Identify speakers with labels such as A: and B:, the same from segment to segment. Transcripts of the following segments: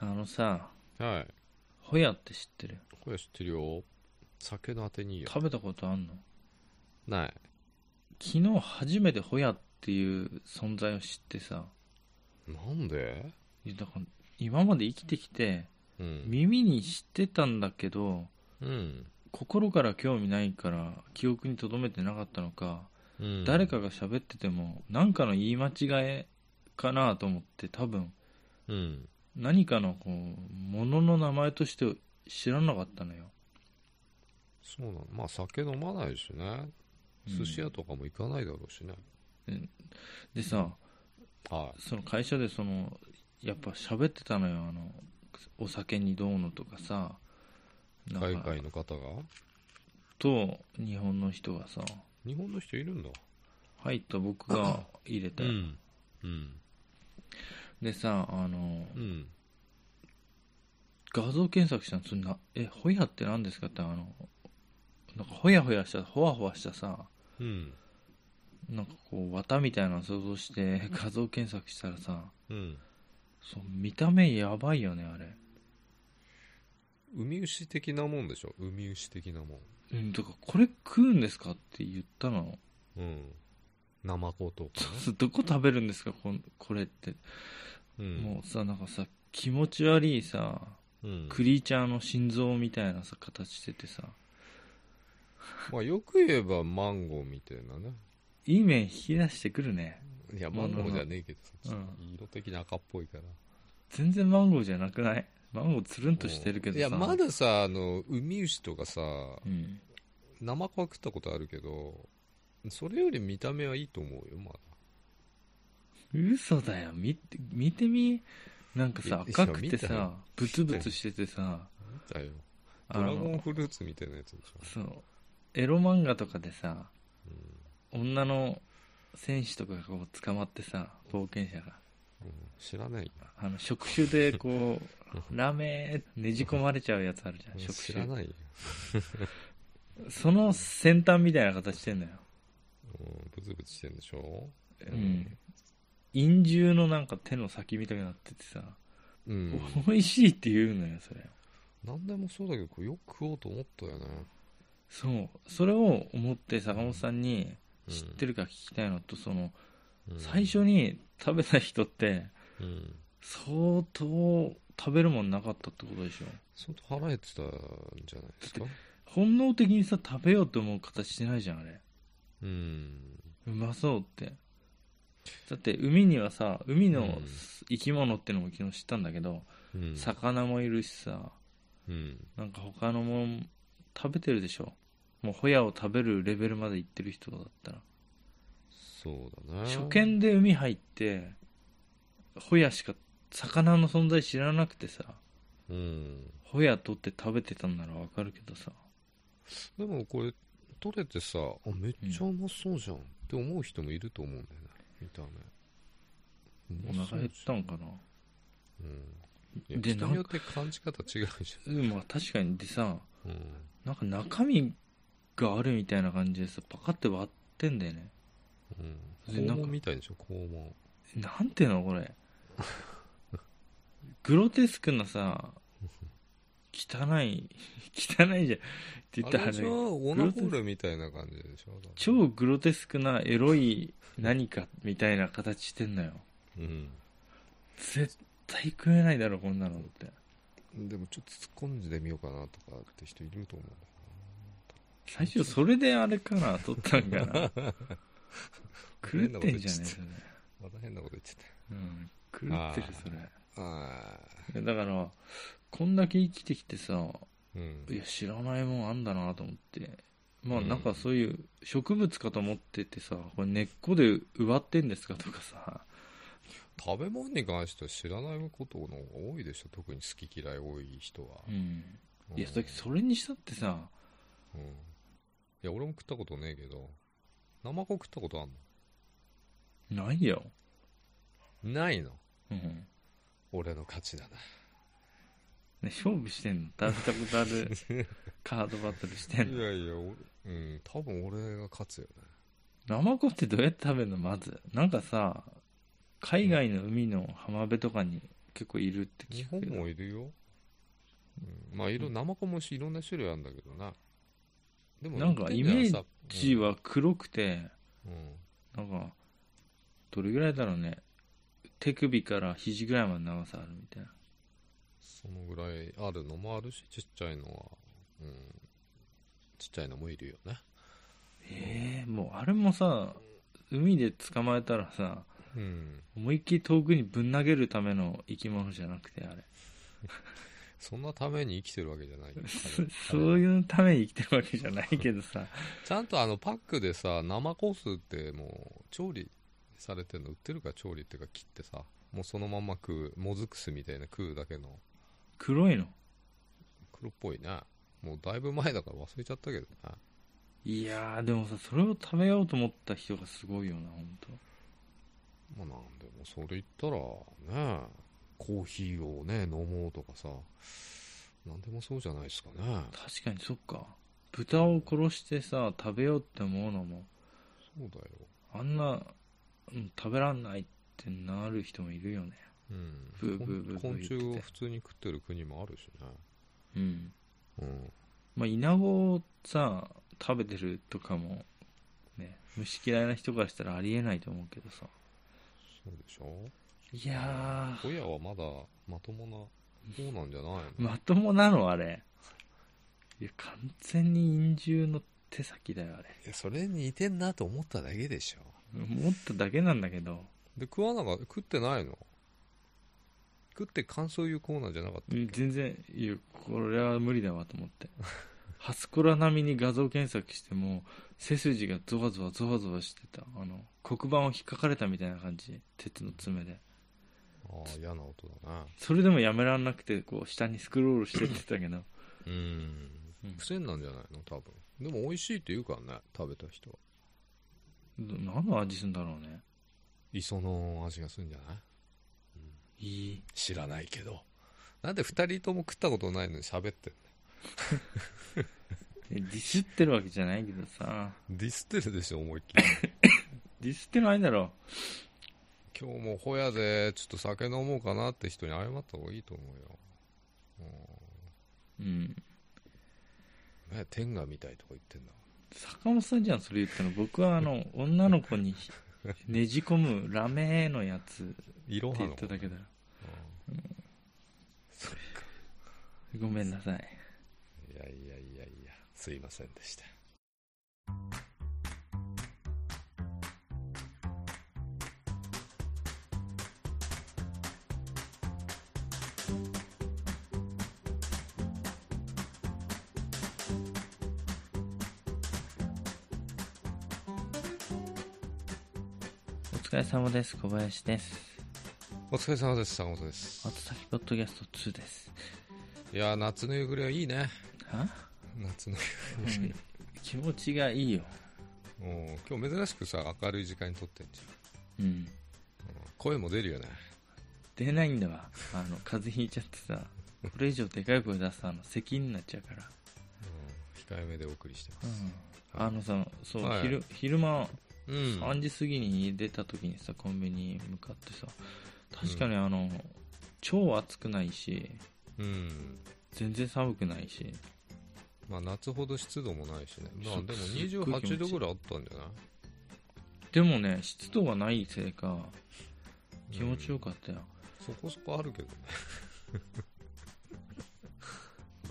A: あのさ、
B: はい。
A: ホヤって知ってる
B: これ知ってるよ。酒のあてにいいよ。
A: 食べたことあんの
B: ない。
A: 昨日初めてホヤっていう存在を知ってさ、
B: なんで
A: いやだから今まで生きてきて、
B: うん。
A: 耳に知ってたんだけど、
B: うん。
A: 心から興味ないから記憶に留めてなかったのか、
B: うん
A: 誰かが喋ってても何かの言い間違えかなと思って多分
B: うん。
A: 何かのこう物の名前として知らなかったのよ
B: そうなの。まあ酒飲まないしね。寿司屋とかも行かないだろうしね。
A: でさ
B: は
A: その会社でそのやっぱ喋ってたのよあのお酒にどうのとかさ
B: い。
A: なんか
B: 海外の方が
A: と日本の人がさ
B: 日本の人いるんだ。
A: 入った僕が入れた、よ
B: ん。うん。
A: でさあの
B: うん。
A: 画像検索したのそんなえホヤって何ですかってあのなんかホヤホヤしたホワホワしたさ
B: うん。
A: なんかこう綿みたいなの想像して画像検索したらさ
B: うん。
A: そう見た目やばいよねあれ
B: 海牛的なもんでしょ。海牛的なも
A: うんだからこれ食うんですかって言ったの
B: ん。うん。ナマコとかね。
A: そうどこ食べるんですかこんこれって、
B: うん。
A: もうさなんかさ気持ち悪いさ
B: うん。
A: クリーチャーの心臓みたいなさ形しててさ
B: まあよく言えばマンゴーみたいなね。
A: いい面引き出してくるね
B: いや、マンゴーじゃねえけどさ、
A: う
B: 色的に赤っぽいから。
A: 全然マンゴーじゃなくないマンゴーつるんとしてるけど
B: い
A: さ
B: や、まださ、あの、ウミウシとかさ、
A: うん
B: ナマコは食ったことあるけど、それより見た目はいいと思うよ、まだ。
A: 嘘だよ見て見てみなんかさ
B: いや
A: 赤くて
B: いや
A: さブツブツしててさ
B: だよ。
A: あ
B: ドラゴ
A: の
B: ンフルーツみたいなやつでし
A: そ
B: ょ。
A: うエロ漫画とかでさ
B: うん
A: 女の戦士とかがこう捕まってさ冒険者が
B: うん知ら ないよ。
A: あの触手でこうラメねじ込まれちゃうやつあるじゃん
B: 知
A: 触
B: らないよ。
A: 手その先端みたいな形してんのよ、
B: うんブツブツしてんでしょ。
A: うん、陰獣のなんか手の先みたいになっててさ、
B: うん。
A: 美味しいって言うのよそれ
B: 何でもそうだけど、これよく食おうと思ったよね。
A: そうそれを思って坂本さんに知ってるか聞きたいのと、その
B: うん
A: 最初に食べた人って
B: うん。
A: 相当食べるもんなかったってことでしょ
B: 相当腹減ってたんじゃないですか。
A: 本能的にさ食べようと思う形してないじゃんあれ
B: うん。
A: うまそうってだって海にはさ海
B: う
A: の
B: ん
A: 生き物ってのも昨日知ったんだけど、
B: うん。
A: 魚もいるしさ
B: うん。
A: なんか他のもん食べてるでしょもうホヤを食べるレベルまで行ってる人だったら
B: そうだね。
A: 初見で海入ってホヤしか魚の存在知らなくてさ
B: うん。
A: ホヤ取って食べてたんならわかるけどさ
B: でもこれ、取れてさ、あ、めっちゃうまそうじゃんって思う人もいると思うんだよね。見た
A: お
B: 目。
A: 腹減ったんかな
B: うん。いや
A: で
B: 人によって感じ方違うじ
A: うんまあ確かにでさ
B: ゃん。うん。
A: なんか中身があるみたいな感じでさパカって割ってんだよね
B: うん。
A: でな
B: 肛
A: んか
B: 門みたいでしょ、肛門。
A: なんていうのこれグロテスクなさ汚い汚いじゃんって言ったら
B: あ
A: あ
B: れ
A: れ
B: でしょ、オナホールみたいな感じでしょ。
A: 超グロテスクなエロい何かみたいな形してんのよ
B: うん。
A: 絶対食えないだろこんなのって
B: でもちょっと突っ込んでみようかなとかって人いると思うんだ
A: 最初それであれかな取ったんかな狂ってんじゃねえそれ、
B: また変なこと言っちゃっ
A: うん、狂ってるそれ
B: た。ああ。
A: いやだからこんだけ生きてきてさ
B: うん。
A: いや知らないもんあんだなと思ってまあ
B: うん
A: なんかそういう植物かと思っててさこれ根っこで植わってんですかとかさ
B: 食べ物に関しては知らないことの方が多いでしょ特に好き嫌い多い人は、
A: うん
B: うん
A: いやさっきそれにしたってさ
B: うんいや俺も食ったことねえけどナマコ食ったことあん
A: ないよ、
B: のないの
A: うん
B: 俺の勝ちだな
A: ね、勝負してんの食べたことある カードバトルしてん
B: い
A: の
B: やいや俺うん多分俺が勝つよね
A: ナマコってどうやって食べるのまずなんかさ海外の海の浜辺とかに結構いるって
B: 日
A: 聞
B: 本
A: くけど
B: もいるよ、うんまあいろナマコもしいろんな種類あるんだけどなでも
A: なんかイメージ
B: さ
A: 地は黒くて
B: うんうん
A: なんかどれぐらいだろうね手首から肘ぐらいまで長さあるみたいな
B: そのぐらいあるのもあるしちっちゃいのは、うん、ちっちゃいのもいるよね
A: えー、もうあれもさ海で捕まえたらさ
B: うん
A: 思いっきり遠くにぶん投げるための生き物じゃなくてあれ
B: そんなために生きてるわけじゃないよ
A: そ
B: あれ
A: そ
B: あ
A: う
B: れ
A: いうために生きてるわけじゃないけどさ
B: ちゃんとあのパックでさ生コースってもう調理されてるの売ってるから調理っていうか切ってさもうそのまま食うもずくすみたいな食うだけの
A: 黒いの
B: 黒っぽいねもうだいぶ前だから忘れちゃったけどね
A: いやーでもさそれを食べようと思った人がすごいよな本当。
B: まあなんでもそれ言ったらねコーヒーをね飲もうとかさなんでもそうじゃないですかね
A: 確かにそっか豚を殺してさ食べようって思うのも
B: そうだよ
A: あんな、うん、食べらんないってなる人もいるよね
B: うん
A: ブーブーブーブー
B: 昆
A: 言って
B: 虫
A: て
B: を普通に食ってる国もあるしね
A: うん
B: うん
A: まあイナゴをさ食べてるとかもね虫嫌いな人からしたらありえないと思うけどさ
B: そうでしょ
A: いやー
B: 親はまだまともな方なんじゃないの、
A: まともなのあれいや完全に陰獣の手先だよあれ
B: いやそれに似てんなと思っただけでしょ
A: 持っただけなんだけど
B: で食わなか食ってないの食って感想言うコーナーじゃなかった
A: うん全然いやこれは無理だわと思ってハスコラ並みに画像検索しても背筋がゾワゾワゾワゾワしてたあの黒板を引っかかれたみたいな感じ鉄の爪で
B: ああ嫌な音だな
A: それでもやめらんなくてこう下にスクロールしてってたけど
B: うん
A: うん
B: 癖になんじゃないの多分でも美味しいって言うからね食べた人は
A: ど何の味するんだろうね
B: 磯の味がするんじゃない
A: いい
B: 知らないけどなんで2人とも食ったことないのに喋ってん
A: でディスってるわけじゃないけどさ
B: のディスってるでしょ思いっきり
A: ディスってないだろ
B: 今日もホヤでちょっと酒飲もうかなって人に謝った方がいいと思うよ
A: ううん
B: うんね天下みたいとか言ってんだ
A: 坂本さんじゃんそれ言ったの僕はあ の女の子にねじ込むラメのやつ
B: いろ
A: って
B: は
A: 言っ
B: の
A: ただけだよ
B: うんそっか
A: ごめんなさい
B: いやいやいやいやすいませんでした
A: お疲れ様です小林です
B: お疲れ様です坂本です
A: 後先ポッドキャスト2です
B: いや夏の夕暮れはいいね
A: は、
B: 夏の
A: うん、気持ちがいいよ
B: もう今日珍しくさ明るい時間に撮ってんじ
A: うん
B: ゃん、うん声も出るよね
A: 出ないんだわあの風邪ひいちゃってさこれ以上でかい声出すとあの咳になっちゃうから
B: うん控えめでお送りしてま
A: う
B: す
A: んあのさそう、
B: はい
A: 昼昼間
B: うん、
A: 3時過ぎに出た時にさコンビニに向かってさ確かにあの、超暑くないし
B: うん
A: 全然寒くないし
B: まあ、夏ほど湿度もないしね、まあ、
A: そ
B: で
A: う
B: も
A: すっごい気持ちいい
B: 28度ぐらいあったんじゃない
A: でもね湿度がないせいか気持ちよか
B: く、
A: ったよ、
B: そこそこある けどね、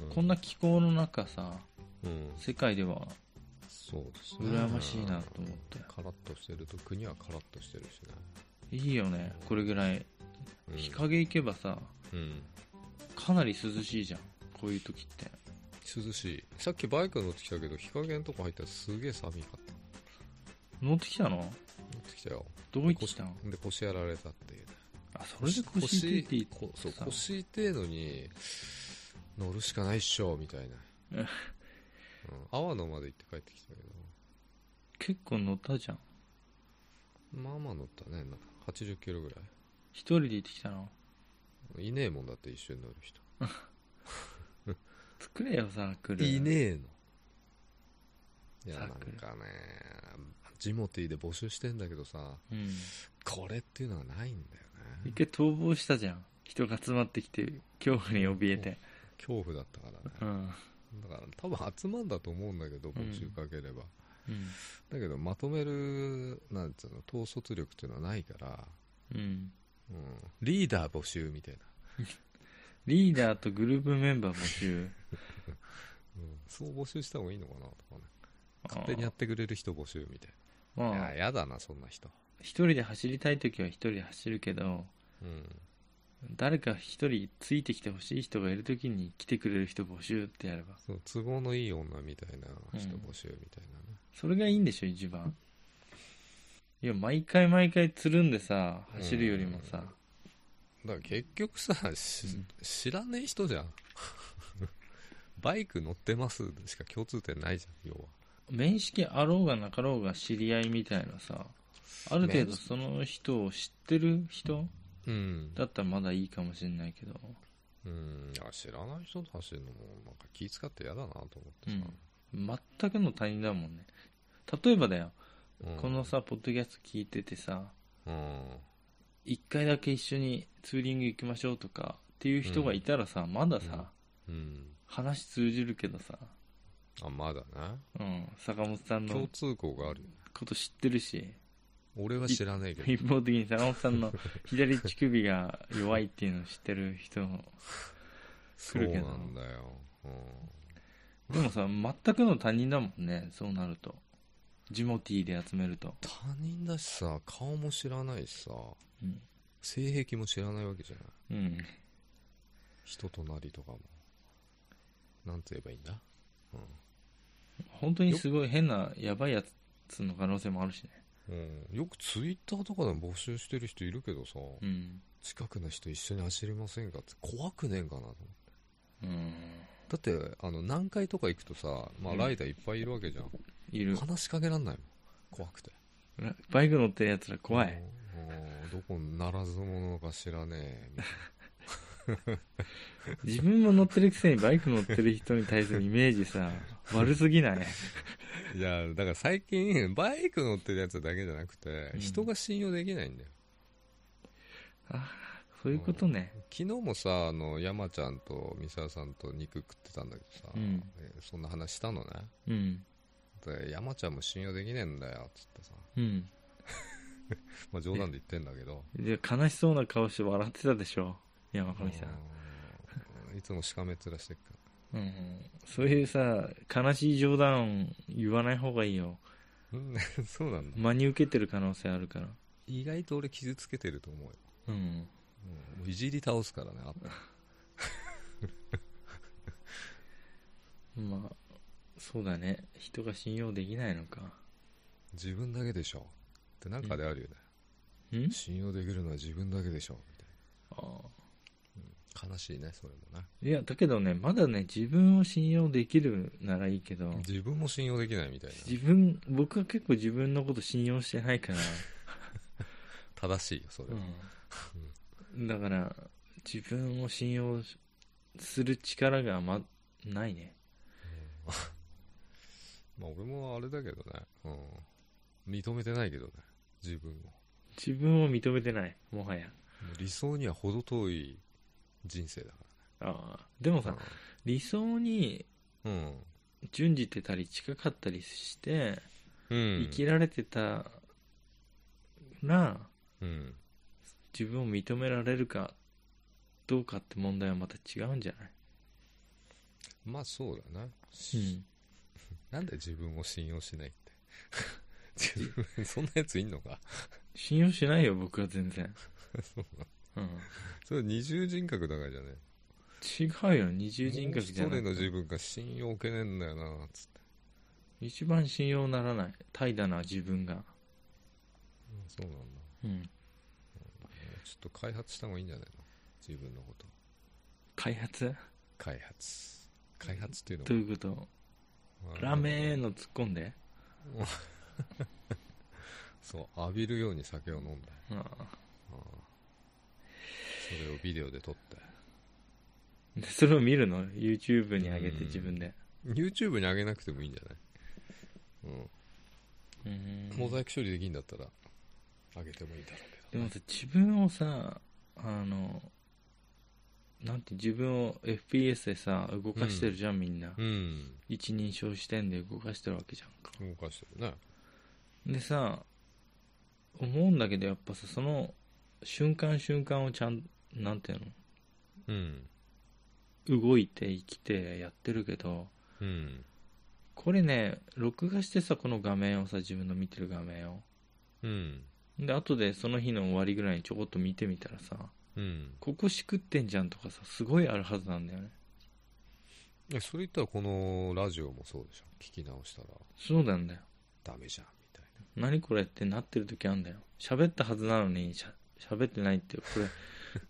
B: うん
A: こんな気候の中さ
B: うん、
A: 世界では
B: そうですね
A: 羨ましいなと思って
B: カラッとしてると国はカラッとしてるしね、
A: いいよねこれぐらい
B: うん、
A: 日陰行けばさ
B: うん
A: かなり涼しいじゃんこういう時って
B: 涼しいさっきバイク乗ってきたけど日陰のとこ入ったらすげえ寒いかった
A: 乗ってきたの
B: 乗ってきたよ
A: どう行ってきたの
B: で腰やられたっていうね
A: あそれで腰痛いって言って
B: こそう
A: さ
B: 腰痛えのに乗るしかないっしょみたいな、
A: うん
B: うん、阿波野まで行って帰ってきたけど
A: 結構乗ったじゃん
B: まあまあ乗ったねなんか80キロぐら
A: 一人で行ってきたの
B: いいねえもんだって一緒に乗る人
A: 作れよサークル
B: いねえのいや
A: サ
B: なん
A: ークル
B: かねジモティーで募集してんだけどさ
A: うん
B: これっていうのがないんだよね
A: 一回逃亡したじゃん人が集まってきて恐怖に怯えて、
B: 恐怖だったからね
A: うん
B: だから多分集まんだと思うんだけど募集かければ、
A: うん
B: だけどまとめるなんつうの統率力っていうのはないから、
A: うん、
B: うん、リーダー募集みたいな、
A: リーダーとグループメンバー募集
B: うん、そう募集した方がいいのかなとかね
A: 勝
B: 勝手にやってくれる人募集みたい
A: ま
B: な、
A: あ
B: いややだなそんな人
A: 一人で走りたい時は一人で走るけど
B: うん
A: 誰か一人ついてきてほしい人がいる時に来てくれる人募集ってやれば
B: そう都合のいい女みたいな人募集みたいなね、
A: それがいいんでしょ一番いや毎回毎回つるんでさ走るよりもさ、
B: だから結局さし
A: うん
B: 知らねえ人じゃん バイク乗ってますしか共通点ないじゃん要は
A: 面識あろうがなかろうが知り合いみたいなさある程度
B: 面
A: その人を知ってる人
B: うん
A: だったらまだいいかもしれないけど
B: うんいや知らない人と走るのもなんか気使って嫌だなと思ってさ、
A: 全くの他人だもんね例えばだよ、
B: うん
A: このさポッドキャスト聞いててさ
B: うん
A: 一回だけ一緒にツーリング行きましょうとかっていう人がいたらさ、まださ、
B: うんうん
A: 話通じるけどさ、
B: あまだね
A: うん、坂本さん
B: 共
A: の
B: 通項があるよね
A: こと知ってるし
B: 俺は知らないけど
A: 一方的に坂本さんの左乳首が弱いっていうのを知ってる人も
B: そうなんだよ、
A: でもさ全くの他人だもんねそうなるとジモティーで集めると、
B: 他人だしさ顔も知らないしさ
A: うん
B: 性癖も知らないわけじゃない
A: うん、
B: 人となりとかもなんて言えばいいんだ、
A: 本当にすごい変なやばいやつの可能性もあるしね、
B: うん、よくツイッターとかでも募集してる人いるけどさ、
A: うん、
B: 近くの人一緒に走りませんかって怖くねえんかなと思っ
A: う
B: て
A: ん
B: だってあの南海とか行くとさ、まあ、
A: うん
B: ライダーいっぱいいるわけじゃん、
A: いる
B: 話しかけらんないもん怖くて
A: バイク乗ってるやつら怖い、
B: うんどこならず者か知らねえみたい
A: 自分も乗ってるくせにバイク乗ってる人に対するイメージさ 悪すぎない
B: な いやだから最近バイク乗ってるやつだけじゃなくて、
A: うん
B: 人が信用できないんだよ
A: あそういうことね
B: 昨日もさあの山ちゃんと三沢さんと肉食ってたんだけどさ、
A: うん
B: えーそんな話したのね
A: うん
B: で山ちゃんも信用できねえんだよっつってさ、
A: うん
B: まあ、冗談で言ってんだけ ど
A: で悲しそうな顔して笑ってたでしょ山上さん、
B: うんいつもしかめっ面してっから
A: うん、そういうさ悲しい冗談言わない方がいいよ
B: うん そうなんだ
A: 真に受けてる可能性あるから
B: 意外と俺傷つけてると思うよ、
A: うん
B: うんもういじり倒すからねあったら
A: まあそうだね人が信用できないのか
B: 自分だけでしょってなんかであるよね、
A: うん
B: 信用できるのは自分だけでしょみ
A: ああ
B: たいな悲しいねそれもね
A: いやだけどねまだね自分を信用できるならいいけど
B: 自分も信用できないみたいな
A: 自分僕は結構自分のこと信用してないから、
B: 正しいよそれは、
A: だから自分を信用する力が、ま、ないね
B: まあ俺もあれだけどね、うん、認めてないけどね自分をも
A: 自分を認めてないもはや
B: う理想には程遠い人生だか
A: ああでも
B: ら
A: さ理想に
B: うん、
A: 準じてたり近かったりして
B: うん
A: 生きられてたら
B: うん、
A: 自分を認められるかどうかって問題はまた違うんじゃない、
B: まあそうだな、なんで自分を信用しないって 自分そんなやついんのか
A: 信用しないよ僕は全然
B: そう
A: うん
B: それ二重人格だからじゃね
A: 違うよ二重人格じゃ
B: も
A: な
B: う一人の
A: い
B: 自分が信用を受けねえんだよなつって
A: 一番信用ならない怠惰な自分が
B: そうなんだ
A: うん
B: ちょっと開発した方がいいんじゃないの自分のこと
A: 開発
B: 開発開発っていうの
A: どういうことラメーの突っ込んで
B: そう浴びるように酒を飲んで
A: うん
B: それをビデオで撮って
A: でそれを見るの YouTube に上げ
B: う
A: て
B: ん
A: 自分で
B: YouTube に上げなくてもいいんじゃない、う
A: うん
B: ん、モザイク処理できんだったら上げてもいいだろうけ
A: でもさ自分をさあのなんて自分を FPS でさ動かしてるじゃん、みんな、
B: うん
A: 一人称視点で動かしてるわけじゃんか
B: 動かしてるね
A: でさ思うんだけどやっぱさその瞬間瞬間をちゃんなんていう
B: うん
A: の動いて生きてやってるけど
B: うん
A: これね録画してさこの画面をさ自分の見てる画面を
B: うん
A: で後でその日の終わりぐらいにちょこっと見てみたらさ
B: うん
A: ここしくってんじゃんとかさすごいあるはずなんだよね
B: えそれ言ったらこのラジオもそうでしょ聞き直したら
A: そうなんだよ
B: ダメじゃんみたいな
A: 何これってなってる時あんだよ喋ったはずなのにしゃ喋ってないってこれ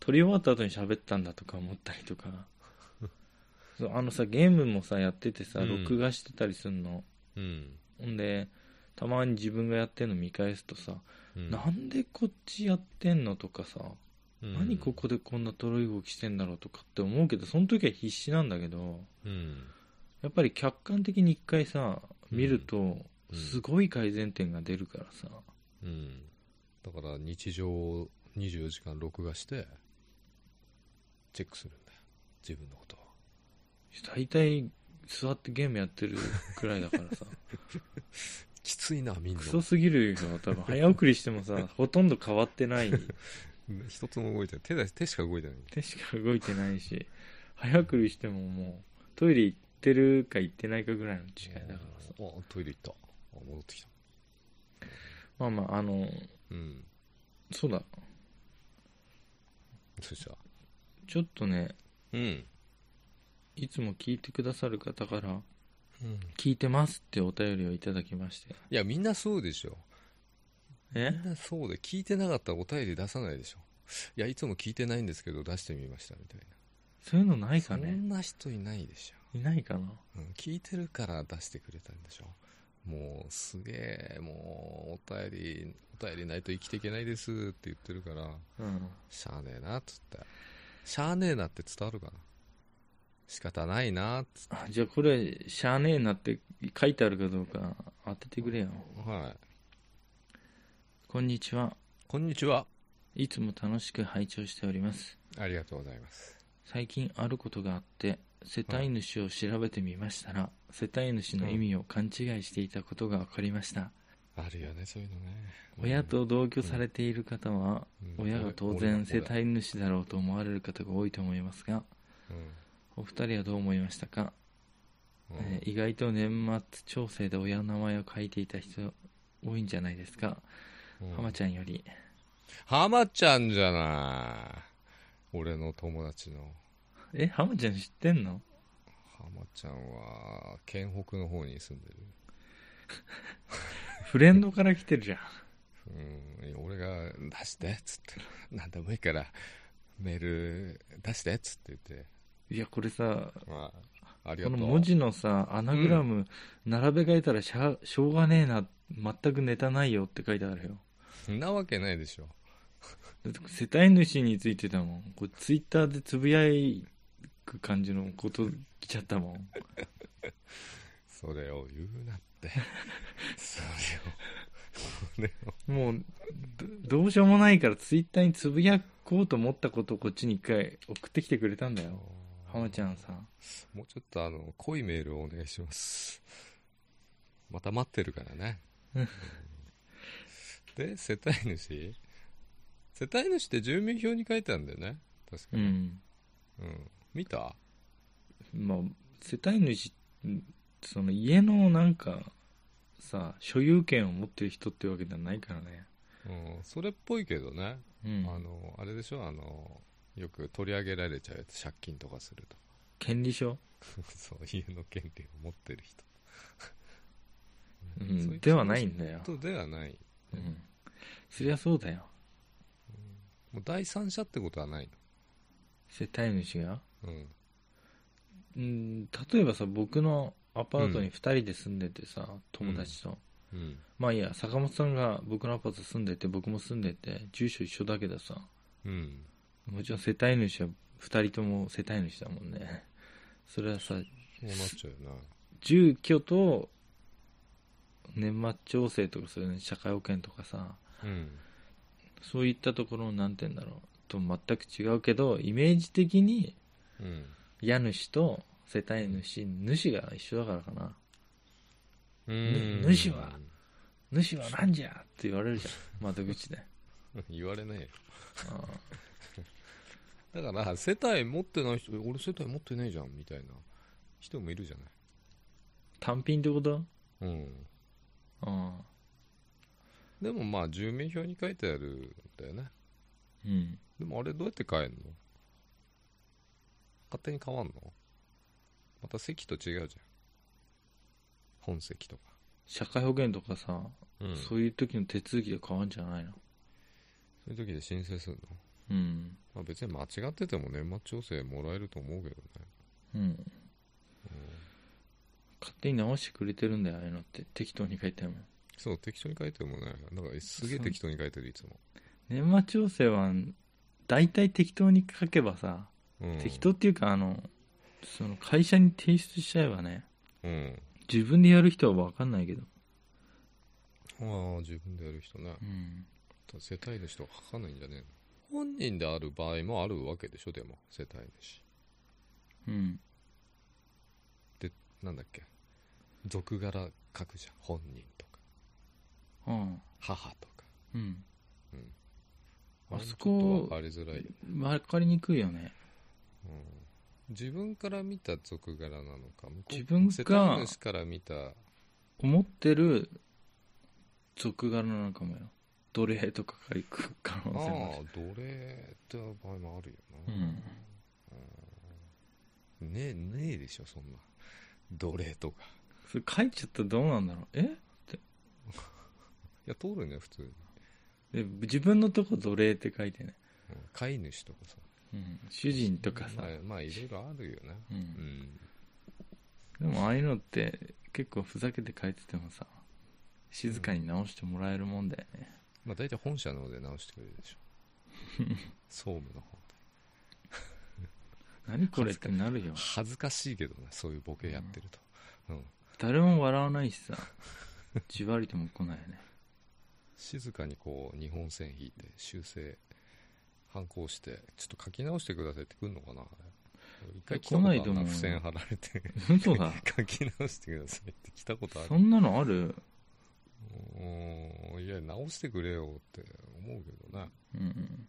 A: 撮り終わった後に喋ったんだとか思ったりとかそうあのさゲームもさやっててさ
B: うん
A: 録画してたりすんの、
B: うん、
A: ほんでたまに自分がやってんの見返すとさ、
B: うん、
A: なんでこっちやってんのとかさ、
B: うん
A: 何ここでこんなとろい動きしてんだろうとかって思うけどその時は必死なんだけど
B: うん
A: やっぱり客観的に一回さ見ると
B: うん
A: すごい改善点が出るからさ、
B: うん、だから日常を24時間録画してチェックするんだよ自分のことを
A: 大体座ってゲームやってるくらいだからさ
B: きついなみんな
A: クソすぎるよ多分早送りしてもさほとんど変わってない
B: 一つも動いてない手だ手しか動いてない
A: 手しか動いてないし早送りしてももうトイレ行ってるか行ってないかぐらいの違いだからさ
B: ああトイレ行ったあ戻ってきた
A: まあまああの
B: うん
A: そうだ
B: そしたら
A: ちょっとね
B: うん、
A: いつも聞いてくださる方から
B: うん、
A: 「聞いてます」ってお便りをいただきまして
B: いやみんなそうでしょみ
A: え
B: んなそうで聞いてなかったらお便り出さないでしょいやいつも聞いてないんですけど出してみましたみたいな
A: そういうのない
B: そ
A: かね
B: んな人いないでしょ
A: いないかな
B: うん聞いてるから出してくれたんでしょもうすげえもうお便りお便りないと生きていけないですって言ってるから
A: うん
B: しゃあねえなっつってしゃあねえなって伝わるかな仕方ないなっつっ
A: あじゃあこれ「しゃあねえな」って書いてあるかどうか当ててくれよ
B: てはい
A: こんにちは。
B: こんにちはい
A: つも楽しく拝聴しております。
B: ありがとうございます
A: 最近あることがあって、世帯主を調べてみましたら、世帯主の意味を勘違いしていたことが分かりました。
B: あるよねそういうのね
A: 親、と同居されている方は、
B: うん
A: 親が当然世帯主だろうと思われる方が多いと思いますが、お二人はどう思いましたか、
B: うん
A: えー意外と年末調整で親の名前を書いていた人多いんじゃないですか、
B: うん
A: 浜ちゃんより。
B: 浜ちゃんじゃない俺の友達の
A: え、浜ちゃん知ってんの
B: 浜ちゃんは県北の方に住んでる
A: フレンドから来てるじゃん。
B: うん、いや俺が出してっつって、 なんでもいいからメール出してっつって言って、
A: いや、これさ、
B: まあ、ありが
A: ことの
B: う。
A: 文字のさアナグラム並べ替えたらしゃしょうがねえな全くネタないよって書いてあるよ
B: そんなわけないでしょ。
A: だって世帯主についてだもんこれツイッターでつぶやく感じのこと来ちゃったもん
B: それを言う なって。それを。それを。
A: もうどどうしようもないからツイッターにつぶやこうと思ったことをこっちに一回送ってきてくれたんだよ浜ちゃんさ
B: もうちょっとあの、濃いメールをお願いします。また待ってるからね。うんで、世帯主世帯主って住民票に書いてあるんだよね。確か
A: う
B: に。
A: ん
B: うん、見た
A: まあ世帯主その家のなんかさ所有権を持ってる人ってわけではないからね
B: うん、それっぽいけどね、
A: うん
B: あのあれでしょあのよく取り上げられちゃうやつ借金とかすると
A: 権利書、
B: そう家の権利を持ってる人、
A: う
B: そうい
A: ん、
B: う
A: ではないんだよ、
B: 人ではない
A: うん、そりゃそうだよ
B: もう第三者ってことはない
A: 世帯主が、
B: の、うん、
A: うん、例えばさ僕のアパートに2人で住んでてさ、友達と、
B: うん
A: まあいいや坂本さんが僕のアパート住んでて僕も住んでて住所一緒だけどさ
B: うん
A: もちろん世帯主は2人とも世帯主だもんね それはさ
B: そうなっちゃうよな
A: 住居と年末調整とかそういうの社会保険とかさ
B: うん
A: そういったところのなんて言うんだろうと全く違うけどイメージ的に
B: うん。
A: 家主と世帯主主が一緒だからかな
B: う
A: ぬ主は主はなんじゃって言われるじ ゃん窓口で
B: 言われないよ。
A: ああ
B: だから、世帯持ってない人、俺世帯持ってないじゃん、みたいな人もいるじゃ
A: 単品ってこと
B: ない。うん。
A: ああ
B: でもまあ、住民票に書いてあるんだよね。
A: うん
B: でもあれどうやって変えんの勝手に変わんのまた席と違うじゃん。本席とか。
A: 社会保険とかさ、
B: うんそ
A: そういう時の手続きで変わんじゃないの
B: ういう時で申請するの
A: うん
B: まあ、別に間違ってても年末調整もらえると思うけどね。
A: うん勝手に直してくれてるんだよああいうのって適当に書いてあるもん
B: そう、適当に書いてるもんね。なんかすげえ適当に書いてる、いつも。
A: 年末調整は大体適当に書けばさ、
B: うん、
A: 適当っていうかあのその会社に提出しちゃえばね
B: うん。
A: 自分でやる人は分かんないけど、
B: ああ、自分でやる人ね。
A: うん、
B: 世帯主とか書かないんじゃねえの本人である場合もあるわけでしょ、でも、世帯主。
A: うん、
B: なんだっけ。俗柄書くじゃん。本人とか、
A: うん、
B: 母とか。
A: うん、あそ
B: れもちょ
A: こ
B: っと分かりづらいよね、
A: 分かりにくいよね、
B: うん。自分から見た俗柄なのか、向こう
A: 自分が
B: 世帯主から見た、
A: 思ってる俗柄なのかもよ、奴隷とか書く可
B: ああ
A: 能性もある、
B: 奴隷って場合もあるよな。
A: うん、
B: ねえねえでしょそんな奴隷とか
A: それ書いちゃったらどうなんだろう、え
B: いや通るね普通
A: で
B: に、
A: 自分のとこ奴隷って書いてね、
B: うん飼い主とかさ
A: うん、主人とかさ
B: まあ、まあいろいろあるよね
A: う、
B: うんん
A: でもああいうのって結構ふざけて書いててもさ、静かに直してもらえるもんだよね。
B: まあ大体本社の方で直してくれるで しょ総務の方で
A: 何これってなるよ
B: 恥ずかしいけどねそういうボケやってると、うん
A: 誰も笑わないしさじわりとも来ないよ ね
B: 静かにこう日本線引いて修正反抗してちょっと書き直してくださいって来るのかなあれ一回来たことある
A: 来ないと思うよ
B: 付箋貼られて
A: 嘘 だ
B: 書き直してくださいって来たことある
A: そんなのある
B: うんいや直してくれよって思うけどね
A: うん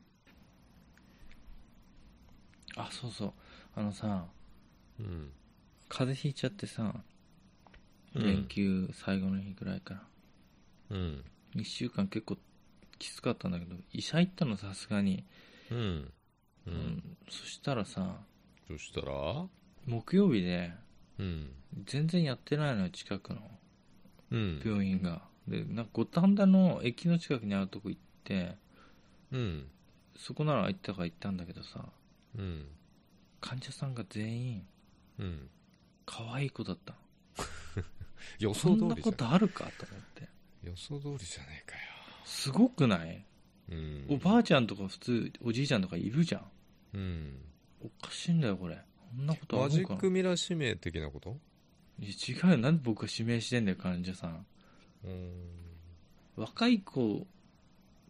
A: あそうそうあのさ
B: うん
A: 風邪ひいちゃってさ
B: うん
A: 連休最後の日ぐらいから、
B: うん
A: 1週間結構きつかったんだけど医者行ったのさすがに、
B: うん、
A: う
B: う、
A: んそしたらさ
B: そしたら
A: 木曜日で
B: うん
A: 全然やってないのよ近くの
B: うん
A: 病院が、でなんか五反田の駅の近くにあるとこ行って
B: うん
A: そこなら行ったから行ったんだけどさ
B: うん
A: 患者さんが全員
B: うん
A: 可愛い子だったの
B: 予
A: そ
B: 想
A: ん
B: 通
A: な
B: りじゃ
A: こ
B: ん
A: とあるかと思って
B: 予想通りじゃねえか
A: すごくない、
B: ようん
A: おばあちゃんとか普通おじいちゃんとかいるじゃん
B: うん
A: おかしいんだよこれこんなことあ
B: マ
A: る
B: ジ
A: のか
B: ッ
A: な
B: クミラー指名的なこと
A: いや違うよなんで僕が指名してんだよ患者さん
B: うん
A: 若い子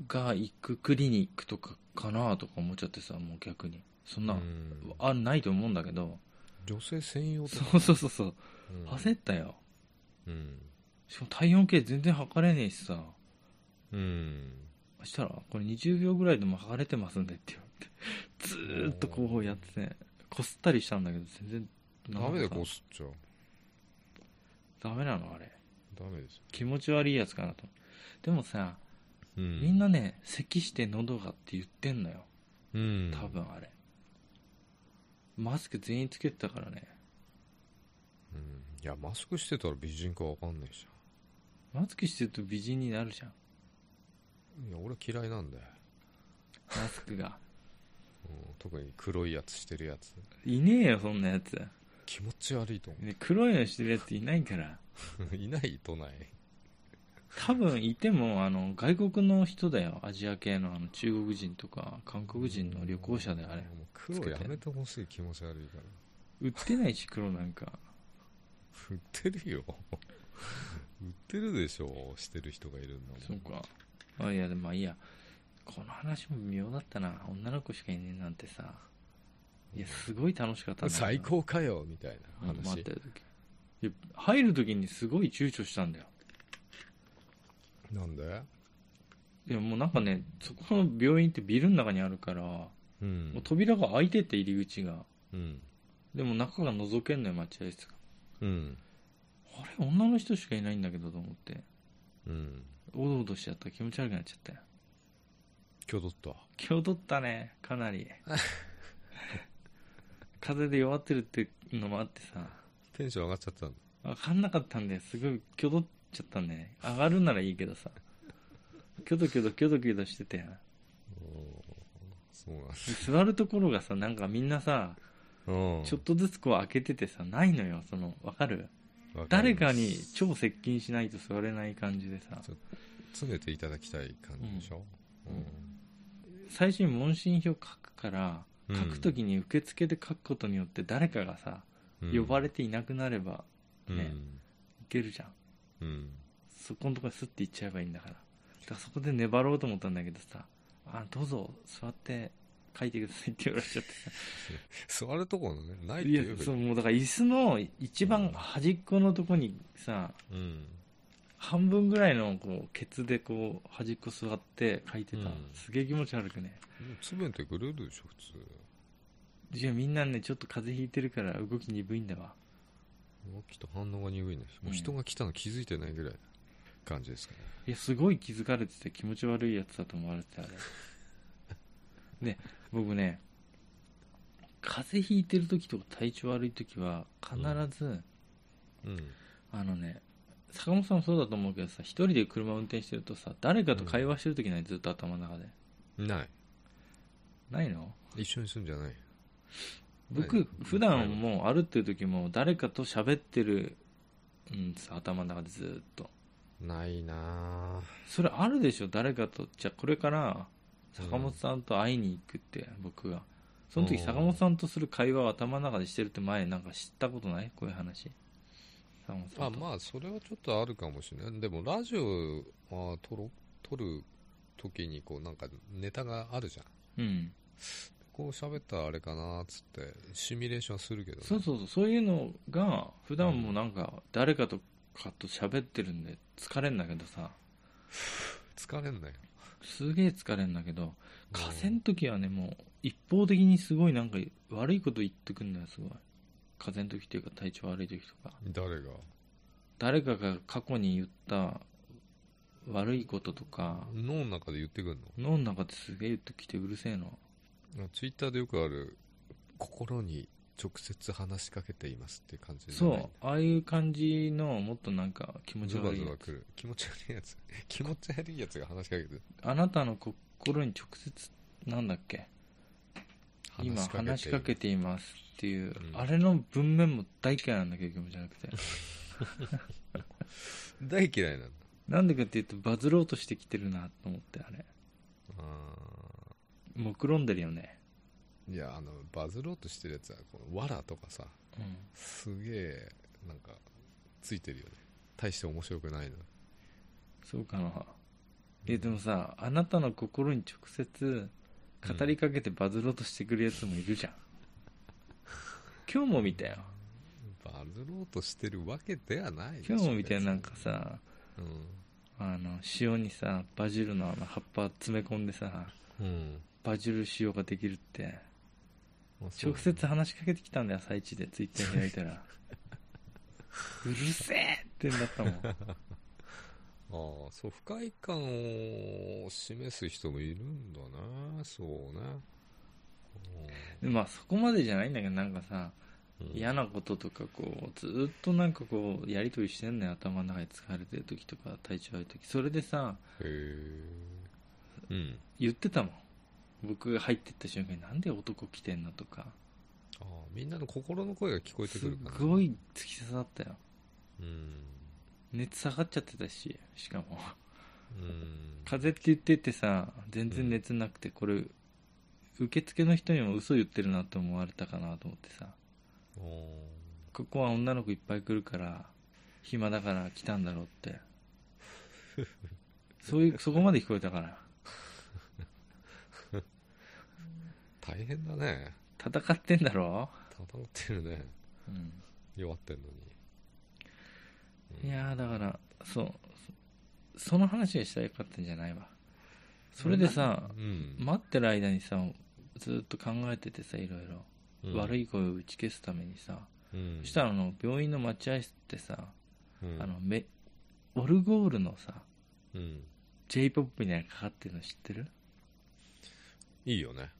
A: が行くクリニックとかかなとか思っちゃってさもう逆にそんな、
B: うん
A: あないと思うんだけど
B: 女性専用と
A: そ
B: か
A: うそうそうそう
B: うん
A: 焦ったよ
B: うん
A: しかも体温計全然測れねえしさ
B: うん
A: そしたら、これ20秒ぐらいでも剥がれてますんでって言われて、ずーっとこうやってて、こすったりしたんだけど、全然、
B: ダメだよこ
A: す。
B: すっちゃ
A: ダメなの、あれ。
B: ダメですよ
A: 気持ち悪いやつかなと。でもさ、
B: う
A: みんなね、咳して喉がって言ってんのよ。
B: うん
A: 多分あれ。マスク全員つけてたからね。
B: うんいやマスクしてたら美人かわかんないじゃん
A: マスクしてると美人になるじゃん。
B: いや俺嫌いなんだよ、
A: マスクが。
B: うん特に黒いやつしてるやつ
A: いねえよ、そんなやつ。
B: 気持ち悪いと思
A: ね黒いのしてるやついないから。
B: う いない都内
A: 多分いてもあの外国の人だよアジア系のあの中国人とか韓国人の旅行者だよあれ
B: もう黒やめてほしい気持ち悪いから
A: 売ってないし黒なんか
B: 売ってるよ売ってるでしょしてる人がいるんだもん
A: そうかあいやでもまあいいやこの話も妙だったな女の子しかいねえなんてさいやすごい楽しかったんだけど
B: 最高かよみたいな
A: うん待
B: 話
A: ってる時いや入る時にすごい躊躇したんだよ
B: なんで
A: いやもうなんかねそこの病院ってビルの中にあるから、も
B: う
A: うん扉が開いてて入り口が
B: うん
A: でも中が覗けんのよ待合室が
B: うん
A: あれ女の人しかいないんだけどと思って
B: うん
A: おどおどしちゃった気持ち悪くなっちゃったよ
B: 今日取っ
A: 今日取ったねかな り風邪で弱ってるってのもあってさ
B: たテンション上がっちゃったんだ
A: 分かんなかったんだよすごいキョドっちゃったんだよね上がるならいいけどさキョドキョドキョドキョドしてて
B: おーそうなんだ
A: 座るところがさなんかみんなさ
B: うん
A: ちょっとずつこう開けててさないのよその分かる
B: わか
A: 誰
B: り
A: か
B: ます
A: に超接近しないと座れない感じでさ
B: ちょ詰めていただきたい感じでしょ、
A: うん最初に問診票書くから
B: うん
A: 書くときに受付で書くことによって誰かがさ、呼ばれていなくなれば
B: て
A: ねいけるじゃん
B: うん、うん
A: そこのとこにスッて行っちゃえばいいんだからだからそこで粘ろうと思ったんだけどさ「あどうぞ座って書いてください」って言われちゃってさ
B: 座るところねないって
A: い
B: いう
A: やそうもうだから椅子の一番端っこのとこにさ
B: うん
A: 半分ぐらいのこうケツでこう端っこ座って書いてた、
B: うん
A: すげえ気持ち悪くね
B: 詰めてくれるでしょ普通
A: いやみんなねちょっと風邪ひいてるから動き鈍いんだわ
B: 動きと反応が鈍いねもう人が来たの気づいてないぐらいな感じですかね、
A: いやすごい気づかれてて気持ち悪いやつだと思われてたあれで僕ね風邪ひいてる時とか体調悪い時は必ず、
B: うん
A: あのね坂本さんもそうだと思うけどさ一人で車運転してるとさ誰かと会話してる時ない、ずっと頭の中で
B: ない
A: ないの
B: 一緒に住んじゃない
A: 僕、
B: はい
A: 普段も歩ってる時も誰かと喋ってるうんさ頭の中でずっと
B: ないな
A: それあるでしょ誰かとじゃあこれから坂本さんと会いに行くって、僕がその時
B: うん
A: 坂本さんとする会話を頭の中でしてるって前なんか知ったことないこういう話坂本
B: あ
A: さ
B: あ
A: んと
B: まあそれはちょっとあるかもしれないでもラジオあ撮ろ撮る時にこうなんかネタがあるじゃ
A: う
B: ん
A: ん
B: こう喋ったらあれかなっつってシミュレーションするけど、ね、
A: そうそうそうそういうのが普段もなんか誰かとかと喋ってるんで疲れんだけどさ
B: 疲れんなよ
A: すげえ疲れんだけど風邪の時はねもう一方的にすごいなんか悪いこと言ってくんだよすごい風邪の時っていうか体調悪い時とか
B: 誰が
A: 誰かが過去に言った悪いこととか
B: 脳の中で言ってくん
A: 脳の中ですげえ言ってきてうるせえの
B: のツイッターでよくある心に直接話しかけていますっていう感じじゃ
A: そ
B: ないう
A: ああいう感じのもっとなんか気持ち
B: ズバ
A: 悪
B: ズ
A: い
B: バ来る気持ち悪いやつ 気持ち悪いやつが話しかけて
A: あなたの心に直接なんだっけ今話しかけ
B: て
A: ていますっていう、
B: うん
A: あれの文面も大嫌いなんだけど気持ち悪く て
B: 大嫌いなんだ
A: なんでかっていうとバズろうとしてきてるなと思ってあれ
B: あ
A: 目論んでるよね、
B: ーいやあのバズろうとしてるやつはこのわらとかさ
A: うん、
B: すげえなんかついてるよね大して面白くないの
A: そうかなえでもさあなたの心に直接語りかけてバズろうとしてくるやつもいるじゃん、今日も見たよ
B: バズろうとしてるわけではないでしょ
A: 今日も見たよ
B: 別に
A: なんかさ
B: う
A: あの塩にさバジルのあの葉っぱ詰め込んでさ
B: ん、うん
A: バジル塩ができるって
B: あそう
A: 直接話しかけてきたんだよ朝一でツイッター開いたらうるせえってなったもん
B: ああそう不快感を示す人もいるんだなそうね
A: でまあそこまでじゃないんだけどなんかさ
B: うん
A: 嫌なこととかこうずーっとなんかこうやりとりしてんのよ頭の中で疲れてる時とか体調悪い時それでさ
B: へえうん
A: 言ってたもん僕が入ってった瞬間になんで男来てんのとか
B: ああみんなの心の声が聞こえて
A: す
B: くるから
A: ごい突き刺さったよ
B: うん
A: 熱下がっちゃってたししかも
B: うん
A: 風邪って言っててさ全然熱なくてこれ受付の人にも嘘言ってるなと思われたかなと思ってさ
B: あ
A: ここは女の子いっぱい来るから暇だから来たんだ ろうってそういうそこまで聞こえたから
B: 大変だね
A: 戦ってんだろ、
B: 戦ってるね
A: うん、
B: 弱ってんのに、
A: いやーだからそうそその話がしたらよかったんじゃないわそれでさ
B: うん、
A: 待ってる間にさずっと考えててさいろいろ、
B: うん
A: 悪い声を打ち消すためにさ
B: うん
A: そしたらあの病院の待合室ってさ、
B: うん
A: あのめオルゴールのさ
B: うん
A: j p o p みたいなのかかってるの知ってる
B: いいよね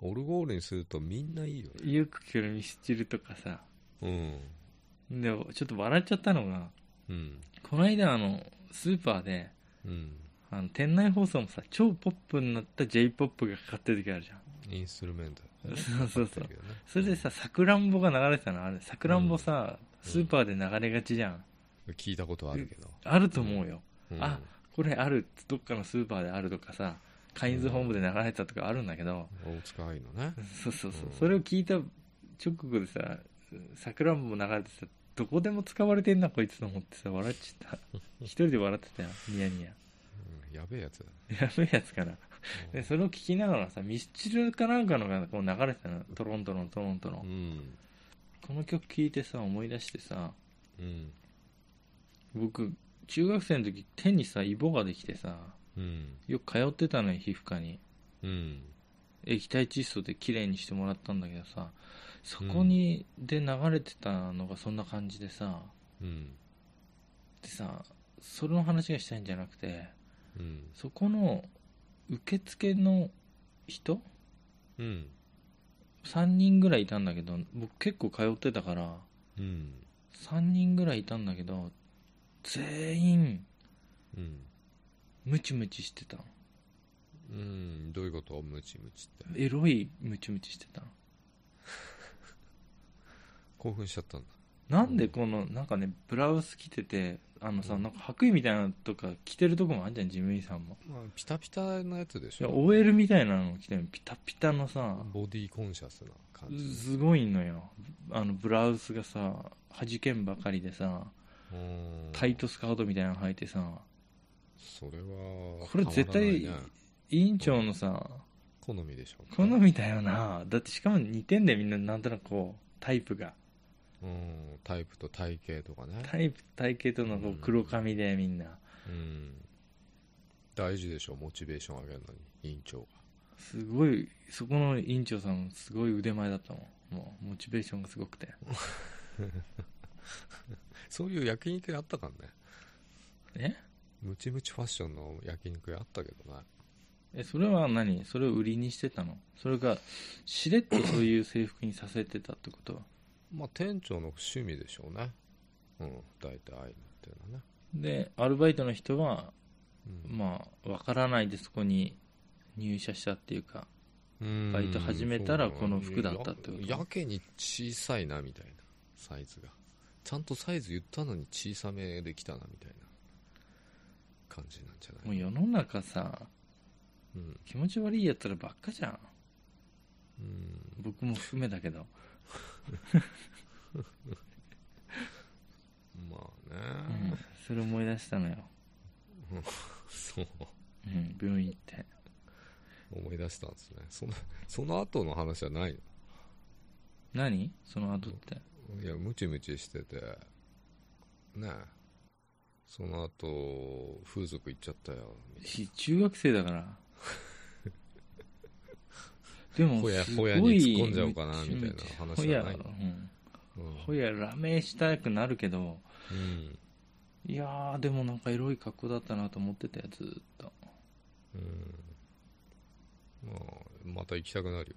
B: オルゴールにするとみんないいよね
A: よく聞るミスチルとかさ
B: うん
A: でちょっと笑っちゃったのが
B: うん
A: この間あのスーパーで
B: うん
A: あの店内放送もさ超ポップになった j p o p がかかってる時あるじゃん
B: インストゥルメンタル、
A: そうそうそう
B: かかってるよね
A: それでささくらんぼが流れてたのあれさくらんぼさ、
B: うん
A: スーパーで流れがちじゃん
B: 聞いたことあるけど、
A: あると思うよ、
B: うん
A: あこれあるってどっかのスーパーであるとかさカインズホームで流れたとかあるんだけど、
B: 大塚愛のね
A: そうそうそう、
B: うん
A: それを聞いた直後でささくらんぼ流れてさどこでも使われてんなこいつと思ってさ笑っちゃった 一人で笑ってたよニヤニヤ
B: うんやべえやつだ
A: やべえやつかな でそれを聞きながらさミスチルかなんかのがこう流れてたのトロントロントロントロン、
B: うん
A: この曲聴いてさ思い出してさ
B: うん
A: 僕中学生の時手にさイボができてさ
B: うん
A: よく通ってたのよ皮膚科に
B: うん
A: 液体窒素で綺麗にしてもらったんだけどさそこに、で流れてたのがそんな感じでさ
B: うん
A: でさその話がしたいんじゃなくて
B: うん
A: そこの受付の人
B: うん
A: 3人ぐらいいたんだけど僕結構通ってたから
B: うん
A: 3人ぐらいいたんだけど全員
B: うん
A: ムチムチしてたの
B: うんどういうことムチムチって
A: エロいムチムチしてたの
B: 興奮しちゃったんだ
A: なんでこのなんかねブラウス着ててあのさ、なんか白衣みたいなのとか着てるとこもあるじゃん事務員さんも
B: まあピタピタなやつでし
A: いや
B: ょ
A: OL みたいなの着てるピタピタのさ
B: ボディコンシャスな感じ
A: すごいのよあのブラウスがさはじけんばかりでさ
B: うん
A: タイトスカートみたいなの履いてさ
B: それは
A: これ絶対
B: 変わらないね
A: 委員長のさ
B: 好みでしょうね
A: 好みだよなだってしかも似てんだよみんななんとなくこうタイプが
B: うんタイプと体型とかね
A: タイプ体型とのこう黒髪でみんな
B: うん大事でしょモチベーション上げるのに委員長が
A: すごいそこの委員長さんすごい腕前だったもんもうモチベーションがすごくて
B: そういう焼肉屋あったから
A: え
B: ねムチムチファッションの焼肉屋あったけどね
A: えそれは何それを売りにしてたのそれがしれっとそういう制服にさせてたってことは
B: まあ店長の趣味でしょうねうん大体ああいうのっていうのはね
A: でアルバイトの人は
B: うん
A: まあわからないでそこに入社したっていうか
B: うん
A: バイト始めたら
B: そう
A: この服だったってこと
B: ややけに小さいなみたいなサイズがちゃんとサイズ言ったのに小さめできたなみたいな感じなんじゃ
A: も
B: な
A: う
B: い
A: 世の中さ
B: うん、
A: 気持ち悪いやつらばっかじゃん
B: うん、
A: 僕も含めだけど
B: まあ
A: う
B: ね、
A: んそれ思い出したのよ、
B: そう
A: うん、病院行って
B: 思い出したんですねそのその後の話はない
A: 何その後って
B: のいやムチムチしててねえその後風俗行っちゃったよみたい
A: し中学生だ からでも
B: ほや
A: す
B: ほ
A: ごい
B: やに突っ込んじゃおうかなみたいな話じゃ
A: ほや,、
B: ない
A: うん、
B: なうん
A: ほやラメしたくなるけど
B: うん
A: いやーでもなんかエロい格好だったなと思ってたよずーっと
B: まあ、また行きたくなるよね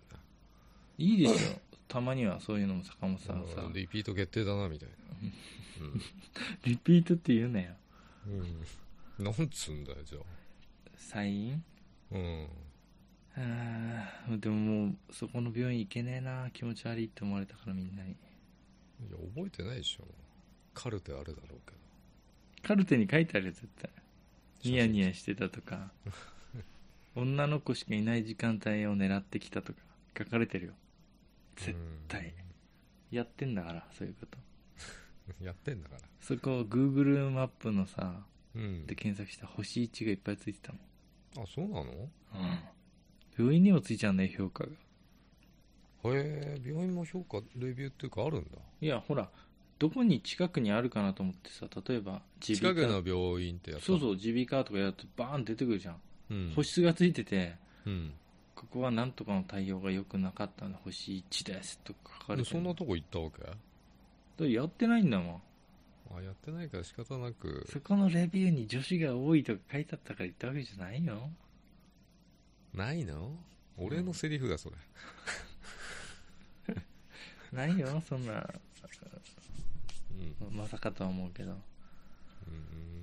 A: いいですよたまにはそういうのも坂本さんはさ
B: うんリピート決定だなみたいな
A: リピートって言うなよ
B: うん、うん、なんつうんだよじゃ
A: サイン
B: あうん
A: あーでももうそこの病院行けねえな気持ち悪いって思われたからみんなに
B: いや覚えてないでしょカルテあるだろうけど
A: カルテに書いてあるよ絶対ニヤニヤしてたとか女の子しかいない時間帯を狙ってきたとか書かれてるよ絶対やってんだからそういうこと
B: うんやってんだから
A: そこを Google マップのさ
B: うん
A: で検索したら星1がいっぱいついてたも
B: あそうなの
A: ん、うん、病院にもついちゃうね評価が
B: へえ、病院も評価、レビューっていうかあるんだ。
A: いやほらどこに近くにあるかなと思ってさ例えば
B: 近く
A: 科
B: の病院ってやつ
A: そう
B: う。
A: そう耳鼻科とかやるとバーン出てくるじゃん、
B: うん。
A: 保湿がついてて
B: うん。
A: ここはなんとかの対応が良くなかったので星1ですとか書かれ
B: で
A: て
B: そ
A: る
B: んな
A: だ
B: とこ行ったわけ
A: ってやってないんだもん
B: あ、やってないから仕方なく。
A: そこのレビューに女子が多いとか書いてあったから言ったわけじゃないよ
B: ないの俺のセリフだ、それ。
A: ないよそんな
B: うん。
A: まさかとは思うけど
B: うん、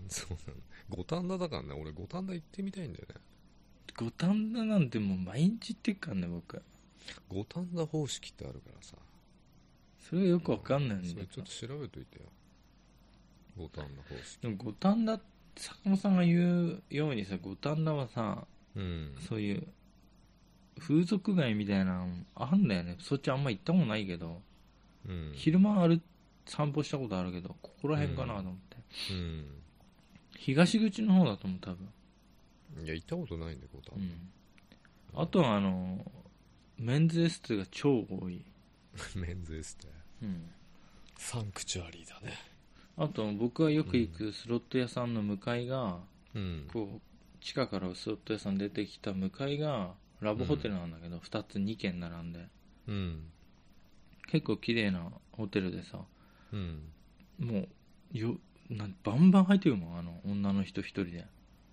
B: そうなの。五反田だからね、俺五反田行ってみたいんだよね。
A: 五反田なんてもう毎日行ってっからね僕
B: 五反田方式ってあるからさ。
A: それがよくわかんないんだ
B: それち
A: け
B: ょっ
A: ど
B: と調べといてよ。五反田方式。
A: でも五反田坂本さんが言うようにさ五反田はさ
B: うん。
A: そういう風俗街みたいなのあんだよねそっちあんま行ったことないけど、
B: うん。
A: 昼間ある散歩したことあるけどここら辺かなと思って、
B: うん。
A: 東口の方だと思う多分、
B: いや、行ったことないんで、五反
A: う
B: 田。
A: ん、あとはあのメンズエステが超多い、
B: メンズエステ。
A: うん、
B: サンクチュアリーだね。
A: あと僕がよく行くスロット屋さんの向かいが、
B: うん。
A: こう地下からスロット屋さん出てきた向かいがラブホテルなんだけど、2つ2軒並んで
B: うん。
A: 結構綺麗なホテルでさ
B: うん。
A: もうよなんバンバン入ってくるもんあの女の人一人で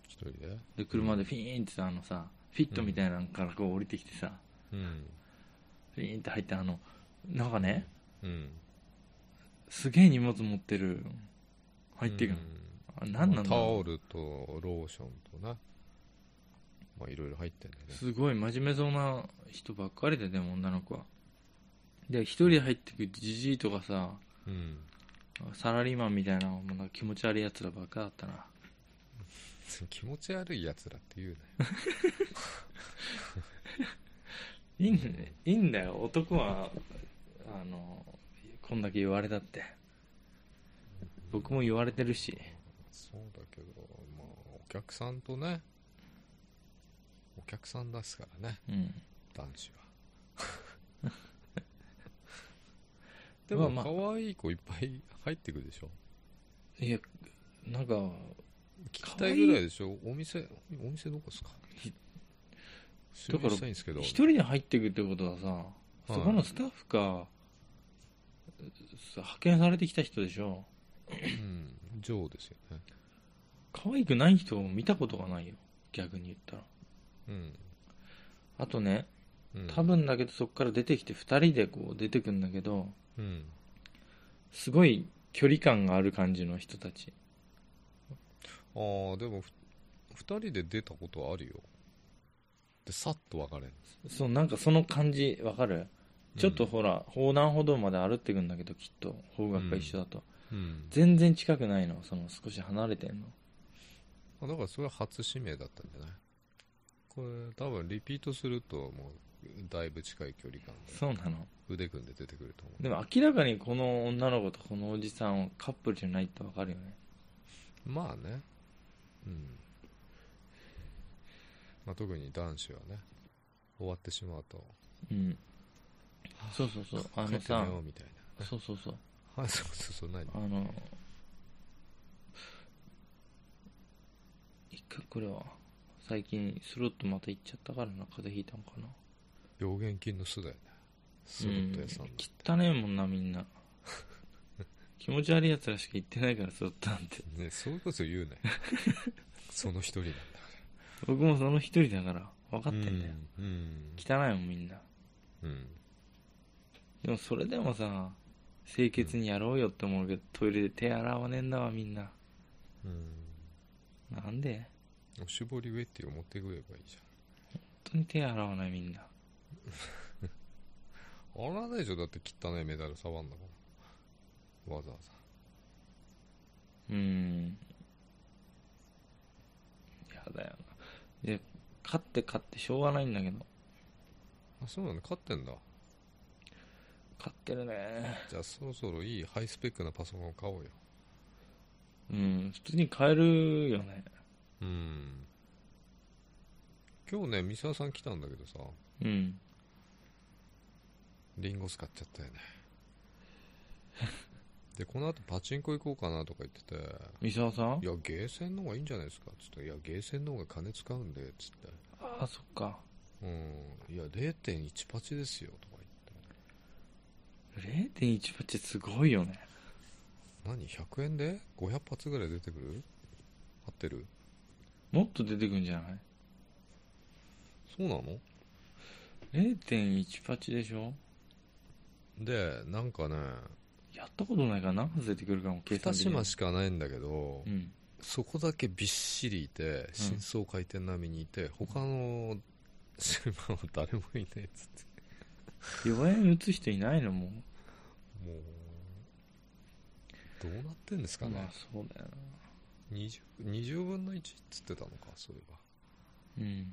B: 一人で
A: で車でフィーンってさあのさフィットみたいなのからこう降りてきてさ、
B: うん。
A: フィーンって入ってあのなんかね
B: うん。
A: すげえ荷物持ってる入ってく
B: う
A: る、
B: ん
A: あ何なんだ
B: タ
A: ろ
B: オルとローションとな。まあ、いろいろ入ってんだよ
A: う
B: ね。
A: すごい真面目そうな人ばっかりででも女の子はで一人で入ってくるじじいとかさ
B: うん。
A: サラリーマンみたいなもうなんか気持ち悪いやつらばっかだったな
B: 気持ち悪いやつらって言うね。
A: いいんだ,、いいんだよ男はあのこんだけ言われたって僕も言われてるし
B: そうだけど、まあ、お客さんとね、お客さん出すからね、
A: うん
B: 男子は。
A: で
B: で
A: も
B: も、
A: まあ
B: 可愛い子いっぱい入ってくるでしょ。
A: いやなんか
B: 聞きたいぐらいでしょ。お店、お店どこですか
A: だから
B: 知りたいんですけど。
A: 一人で入ってくってことはさ、そこのスタッフかそう派遣されてきた人でしょ
B: うん、ジョーですよね。
A: 可愛くない人を見たことがないよ逆に言ったら
B: うん。
A: あとね
B: うん
A: 多、分だけどそこから出てきて2人でこう出てくんだけど
B: うん。
A: すごい距離感がある感じの人たち
B: ああ、でも、ふ二人で出たことあるよ。で、さっと別れる。
A: そうなんかその感じわかるちょっとほら、横断歩道まで歩ってくんだけどきっと方角が一緒だと、
B: うん。
A: 全然近くないのその少し離れてんの
B: あだからそれは初指名だったんじゃないこれ多分リピートするともうだいぶ近い距離感で
A: そうなの
B: 腕組んで出てくると思う
A: でも明らかにこの女の子とこのおじさんはカップルじゃないってわかるよね
B: まあねうん、まあ、特に男子はね終わってしまうと
A: うんそうそうそうあの
B: 帰って寝
A: さ
B: ようみたいな
A: そうそうそう
B: あそうそうそう何
A: あの一回これは最近スロットまた行っちゃったからな風邪ひいたんかな
B: 病原菌の巣だよねスロット屋さんの、
A: うん、汚ねえもんなみ んな気持ち悪いやつらしか行ってないからスロットなんて
B: ねそういうこ と言うねその一人なんだか
A: 僕もその一人だから分からってんだよ、
B: うん
A: 汚いもんみんな
B: うん、うん
A: でもそれでもさ清潔にやろうよって思うけど、トイレで手洗わねえんだわみんな
B: うん
A: なんで
B: おしぼりウェッティを持ってくればいいじ
A: 本当に手洗わないみんな
B: ゃん。あらないでしょだって汚いメダル触んだから。わざわざ。
A: うーんやだよないや勝って勝ってしょうがないんだけど
B: あ、そうなんだ。勝ってんだ。
A: 勝ってるね
B: じゃあそろそろいいハイスペックなパソコンを買おうよ。
A: うん普通に買えるよね
B: うん。今日ね、三沢さん来たんだけどさ、
A: うん
B: リンゴ使っちゃったよねでこの後パチンコ行こうかなとか言ってて
A: 三沢さん
B: いやゲーセンの方がいいんじゃないですかつっていやゲーセンの方が金使うんでつって
A: ああそっか
B: うんいや0.1パチですよとか
A: 0.18ってすごいよね
B: 言って何100円で500発ぐらい出てくる合ってる
A: もっと出てくんじゃない
B: そうなの
A: ?0.18 でしょ
B: でなんかね
A: やったことないから何発出てくるかも計
B: 2
A: 算できな
B: 島
A: い
B: しかないんだけど、
A: うん
B: そこだけびっしりいて真相回転並みにいて、他の島は誰もいないっつって
A: 弱円打つ人いないのも
B: もうどうなってんです
A: う
B: かね、
A: まあそうだよな
B: 20, 20分の1っつってたのかそういえば
A: うん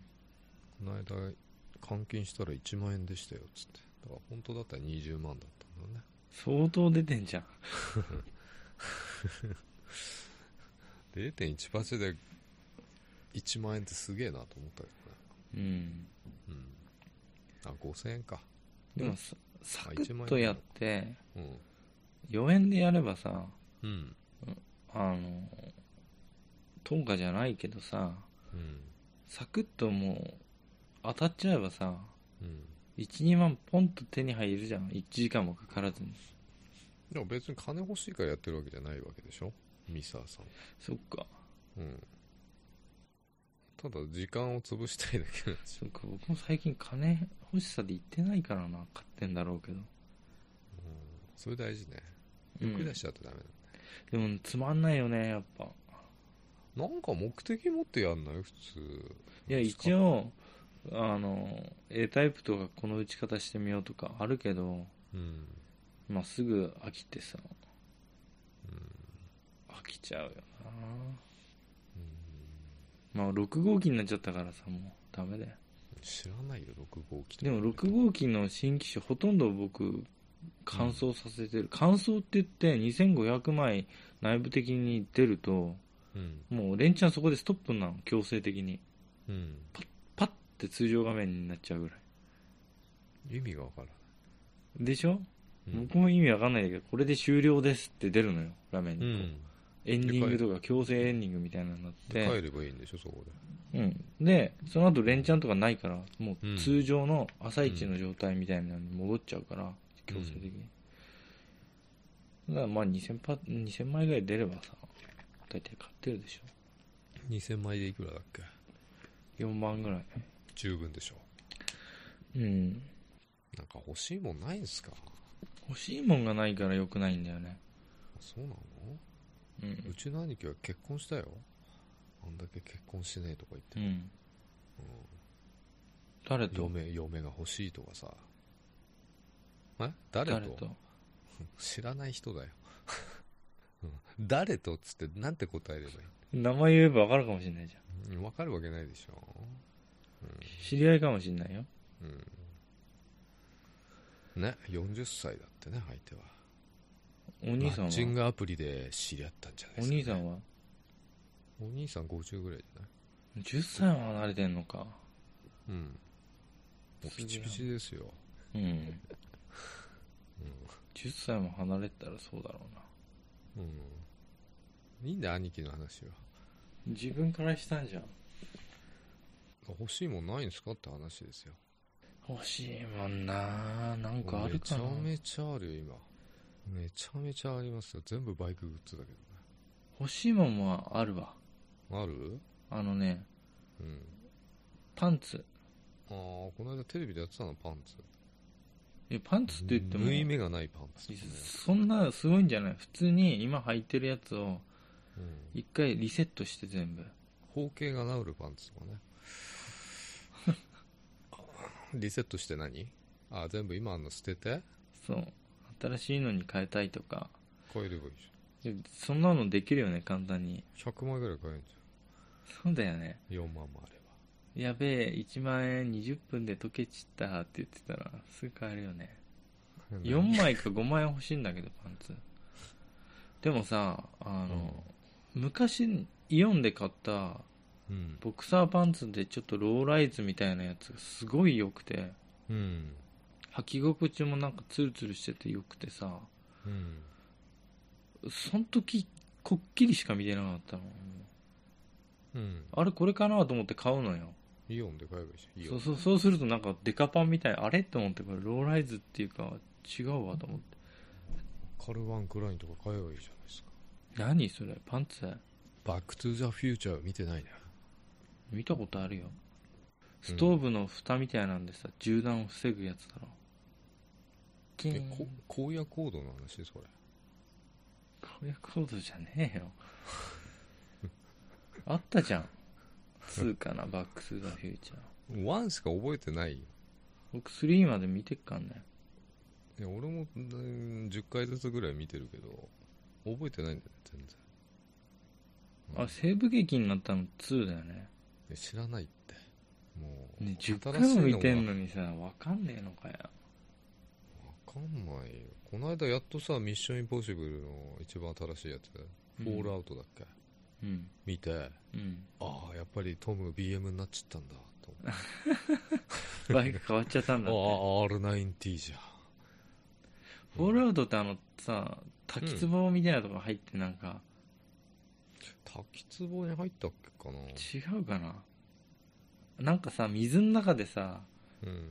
B: この間換金したら1万円でしたよっつってだから本当だったら20万だったんだね
A: 相当出てんじゃん
B: 0.18で1万円ってすげえなと思ったけ
A: うん
B: どねうんあ5000円か
A: でもさサクッとやって
B: うん
A: 4円でやればさ
B: うん
A: あのトカじゃないけどさ
B: うん
A: サクッともう当たっちゃえばさ
B: うん
A: 12万ポンと手に入るじゃん1時間もかからずに
B: でも別に金欲しいからやってるわけじゃないわけでしょミサーさん
A: そっか
B: うんただ時間を潰したいだけなんです
A: そ
B: よ
A: っか僕も最近金欲しさで言ってないからな買ってんだろうけど、
B: それ大事ね
A: う
B: 繰り出
A: ん
B: しちゃってダメ
A: で
B: だ、
A: もつまんないよねやっぱ
B: なんか目的持ってやんない普通
A: いや一
B: 応
A: 応あの A タイプとかこの打ち方してみようとかあるけど
B: うん
A: まあすぐ飽きてさ
B: うん
A: 飽きちゃうよなまあ6号機になっちゃったからさもうダメだよ
B: 知らないよ6号機とか
A: でも6号機の新機種ほとんど僕乾燥させてる、乾燥って言って2500枚内部的に出ると
B: うん
A: もう連チャンそこでストップなの強制的に
B: うん
A: パッて通常画面になっちゃうぐらい
B: 意味がわからない、
A: でしょ、
B: うん
A: 僕も意味わかんないんだけどこれで終了ですって出るのよ画面
B: う
A: に、
B: ん
A: エンディングとか強制エンディングみたいなのになっ
B: で帰
A: て
B: ればいいんでしょそこで
A: うん、でその後連チャンとかないからも
B: うん
A: う通常の朝一の状態みたいなのに戻っちゃうから、強制的に、だからまあ2000パ2000枚ぐらい出ればさ大体買ってるでし
B: 2000枚でいくらだっけ
A: ょ4万ぐらい
B: 十分でしょ
A: うん
B: なんか欲しいもんないんすか
A: 欲しいもんがないから良くないんだよね
B: そうなの
A: う、
B: うんちの兄貴は結婚したよあんだけ結婚しねえとか言って
A: う、ん、誰と
B: 嫁嫁が欲しいとかさえ誰と
A: 誰と
B: 知らない人だよ うん誰とっつってなんて答えればい
A: 名前言えば分かるかもしれないじゃん
B: いうんわかるわけないでしょ
A: 知り合いかもしれないよ
B: ね40歳だってね相手は
A: お兄さん
B: マッチン
A: は
B: グアプリで知り合ったんじゃない
A: お
B: です
A: 兄さ
B: か、ね、
A: んは
B: お兄さん50ぐらいじゃない
A: 10歳は離れてんのか
B: うんもうピチピチですよ
A: うん10歳も離れてたらそうだろうな
B: うんいいんだ兄貴の話は
A: 自分からしたんじゃん
B: 欲しいもんないんですかって話ですよ
A: 欲しいもんななんかある
B: め
A: か
B: ちゃ
A: な
B: めちゃあるよ今めちゃめちゃありますよ全部バイクグッズだけ
A: 欲しいもんはあるわ
B: どねある
A: あのね
B: うん
A: パンツ
B: ああこの間テレビでやってたのパンツ
A: えパンツって言っても
B: 縫い目がないパンツ、ね
A: そんなすごいんじゃない普通に今履いてるやつを
B: うん、
A: 一回リセットして全部
B: 包茎が治るパンツとかね リセットして何あ全部今あんの捨てて
A: そう新しいのに変えたいとか
B: 買えればいいじ
A: でそんなのできるよね簡単に
B: ゃん100枚ぐらい買えるじ
A: そうだよね
B: ゃん4万もあれば
A: やべえ1万円20分で溶けちったって言ってたらすぐ買えるよね4枚か5枚欲しいんだけどパンツでもさあの、昔イオンで買った
B: うん
A: ボクサーパンツでちょっとローライズみたいなやつがすごい良くて
B: うん
A: 履き心地もなんかツルツルしててよくてさ
B: うん。
A: その時こっきりしか見てなかったの
B: うん。
A: あれこれかなと思って買うのよ
B: イオンで買えばいいじゃん。イオ
A: そう
B: ン。
A: そうそうするとなんかデカパンみたいあれと思ってこれローライズっていうか違うわと思って
B: カルバンクラインとか買えばいいじゃないですか。
A: 何それパンツ
B: バックトゥザフューチャー見てないな。
A: 見たことあるよストーブの蓋みたいなんでさ銃弾を防ぐやつだろキ
B: え
A: ーン、
B: こ荒野行動の話それ。
A: これコードじゃねえよ あったじゃん2か なバックス・ザ・フューチャー
B: ワンしか覚えてないよ。
A: 僕3まで見てっかんね
B: いや俺も、うん、10回ずつぐらい見てるけど、覚えてないんだよね、全然。
A: あ西部劇になったの2だよね
B: え知らないって。もう、
A: ね10回
B: 新しい
A: も
B: のが
A: 見てんのにさ分かんねえのかよ
B: わかんないよ。この間やっとさ、ミッションインポッシブルの一番新しいやつ、フォールアウトだっけ
A: うん
B: 見て、
A: うん
B: ああ、やっぱりトム BM になっちゃったんだ、と思って。
A: バイク変わっちゃったんだって
B: ああ、R9T じゃん。
A: フォールアウトってあのさ滝壺みたいなとこ入ってなんか、
B: 滝壺に入ったっけかな
A: 違うかななんかさ水の中でさ
B: うん。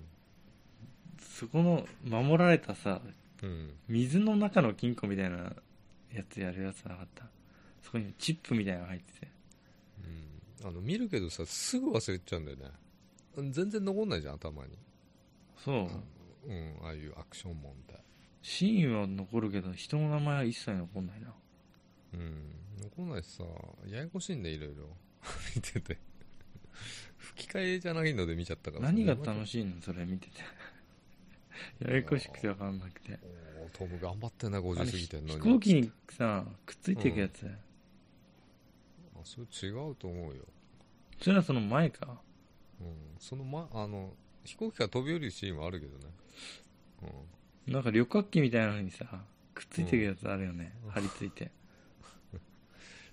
A: そこの守られたさ
B: うん。
A: 水の中の金庫みたいなやつやるやつなかったそこにチップみたいなの入ってて
B: うん。あの、見るけどさ、すぐ忘れちゃうんだよね。全然残んないじゃん、頭に。
A: そう、
B: うん、ああいうアクションもんで。
A: シーンは残るけど人の名前は一切残んないな
B: うん。残んないしさ、ややこしいんで、いろいろ。 見てて。吹き替えじゃないので見ちゃったから
A: 何が
B: しい
A: 楽しいのそれ見ててややこしくて分かんなくて
B: おートム頑張ってんな50過
A: あれ
B: ぎてんの
A: 飛
B: に
A: 行機にさくっついていくやつ、
B: あそれ違うと思うよ、
A: それはその前か
B: うん、そのまあの飛行機から飛び降りるシーンはあるけどね、
A: なんか旅客機みたいなのにさくっついていくやつあるよね、張り付いて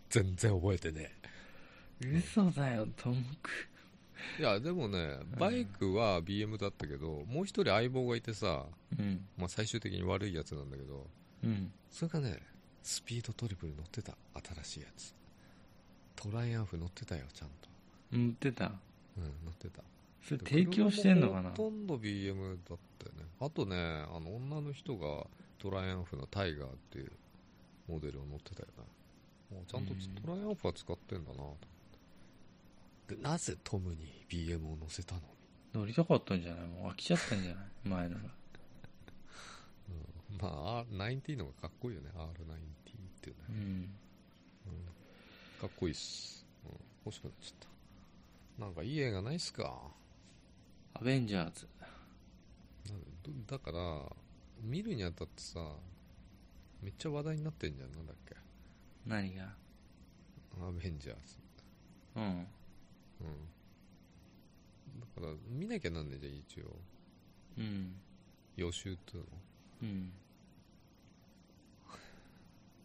B: 全然覚えてね
A: 嘘だよトムク
B: えいやでもねバイクは BM だったけど、もう一人相棒がいてさ、
A: うん
B: まあ、最終的に悪いやつなんだけど
A: うん
B: それがねスピードトリプル乗ってた新しいやつトライアンフ乗ってたよちゃんと
A: 乗ってた
B: うん乗ってた
A: それ提供してんのかな
B: ほとんど BM だったよねあとねあの女の人がトライアンフのタイガーっていうモデルを乗ってたよねもうちゃんと
A: うん
B: トライアンフは使ってんだなと思ってでなぜトムに BM を乗せたの
A: 乗りたかったんじゃないもう飽きちゃったんじゃない前のが
B: まあ R90 の方がかっこいいよね R90 っていう
A: う
B: ね、
A: ん
B: うん、かっこいいっす、うん、欲しくなっちゃったなんかいい映画ないっすか
A: アベンジャーズ
B: なんだだから見るにあたってさめっちゃ話題になってんじゃんなんだっけ
A: 何が
B: アベンジャーズ
A: うん
B: うんだから見なきゃなんねえじゃん一応
A: うん
B: 予習っていうの
A: うん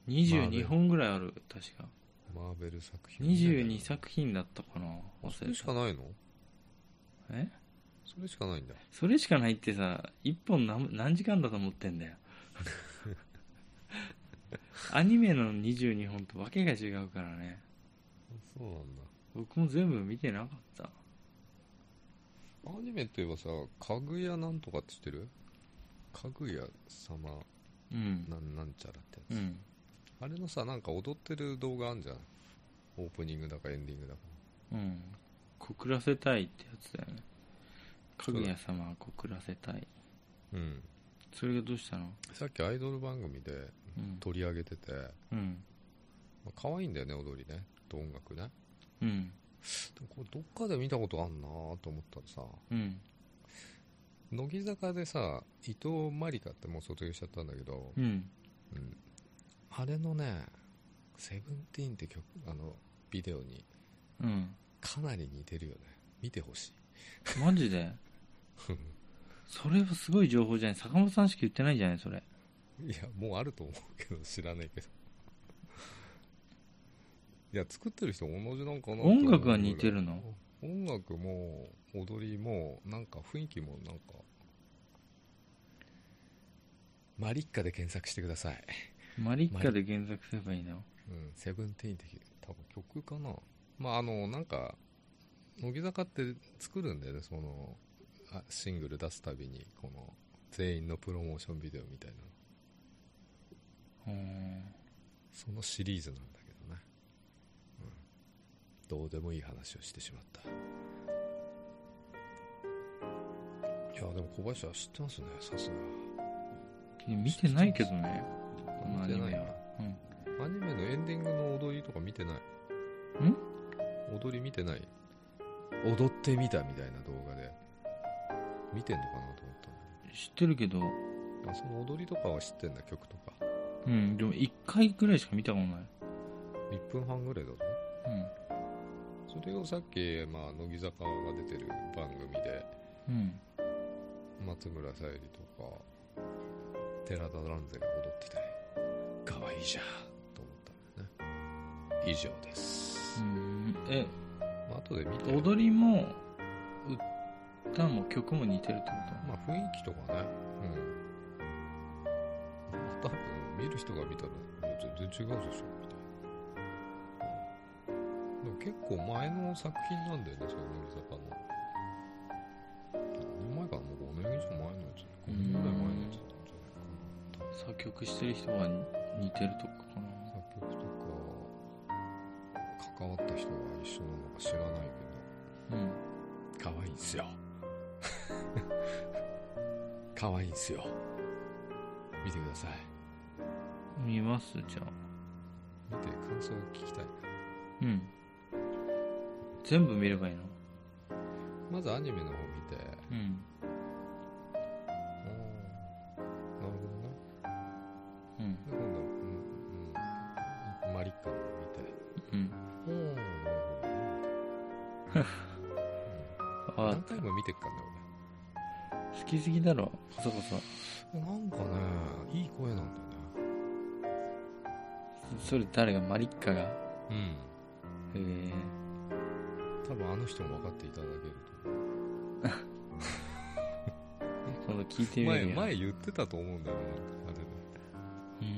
A: 22本ぐらいある確か
B: マーベル作品
A: 22作品だったかな
B: あそ
A: 忘
B: れ
A: れ
B: したかないの
A: え
B: それしかないんだ
A: それしかないってさ1本何何時間だと思ってん だよアニメの22本とわけが違うからね
B: そうなんだ
A: 僕も全部見てなかった
B: アニメといえばさ「かぐやなんとか」って知ってるかぐや様
A: うん
B: なんなんちゃらって
A: う
B: やつ、
A: ん
B: あれのさなんか踊ってる動画あんじゃんオープニングだかエンディングだか
A: うん告らせたいってやつだよねかぐや様は告らせたい
B: うん
A: それがどうしたの
B: さっきアイドル番組で
A: うん
B: 取り上げてて、
A: うん
B: まあ、可愛いんだよね踊りねと音楽ね
A: うん
B: でもこれどっかで見たことあんなと思ったらさ
A: うん
B: 乃木坂でさ伊藤まりかってもう卒業しちゃったんだけど、
A: うん
B: うんあれのね「セブンティーンって曲あのビデオに
A: うん
B: かなり似てるよね見てほしい
A: マジでそれはすごい情報じゃない坂本さんしか言ってないじゃないそれ
B: いやもうあると思うけど知らないけどいや作ってる人同じなんかなと思う
A: 音楽が似てるの
B: 音楽も踊りもなんか雰囲気もなんかマリッカで検索してください。
A: マリッカで検索すればいいな。
B: うん、セブンティーンって多分曲かな。まあ、あの、なんか、乃木坂って作るんだよね、その、あシングル出すたびに、この、全員のプロモーションビデオみたいな。
A: うん。
B: そのシリーズなんだけどね。うん。どうでもいい話をしてしまった。いや、でも小林は知ってますね、さす
A: いや見てないけどね。
B: が。
A: このアニメは。うん。
B: アニメのエンディングの踊りとか見てない
A: ん
B: 踊り見てない踊ってみたみたいな動画で見てんのかなと思ったん
A: 知ってるけど、
B: だけどあその踊りとかは知ってんだ曲とか
A: うん、でも1回ぐらいしか見たことない。
B: 1分半ぐらいだぞそれをさっき、まあ、乃木坂が出てる番組で
A: うん。うん。
B: 松村沙友理とか寺田蘭世が踊っててかわいいじゃんと思ったんだよね以上です、
A: うん、え、
B: まあ後で見て
A: 踊りも、歌も曲も似てるってこ
B: まあ雰囲気とかね、うん。多分見る人が見たら、いや全然違うでしょ、みたいな。うんでも結構前の作品なんだよね、その乃木坂の。何年前かな、もう5年以上前のやつ。5年ぐらい前のやつ
A: と
B: なんじゃないかな。
A: 作曲してる人が似てるとこかな。
B: 作曲とか、関わった人が一緒なのか知らない
A: うん。
B: けど、可愛いんすよ。 可愛いんすよ。見てください。
A: 見ますじゃあ。
B: 見て感想を聞きたい
A: うん。全部見ればいいの
B: まずアニメの方見て
A: うん。
B: うんなるほ
A: う
B: どね
A: ん。
B: で今度、うんうん、マリッカの方見て
A: うん。
B: おーなるほどね
A: あ
B: 何、回も見てっかんだよ
A: 好きすぎだろ。そこそ。
B: 俺なんかねいい声なんだよ
A: それ誰がマリッカが。へ
B: ね
A: え。
B: うん多分あの人も分かっていただけると思
A: 今度
B: う
A: 聞いてみ
B: 前
A: るよ。
B: 前言ってたと思うんだよなあれね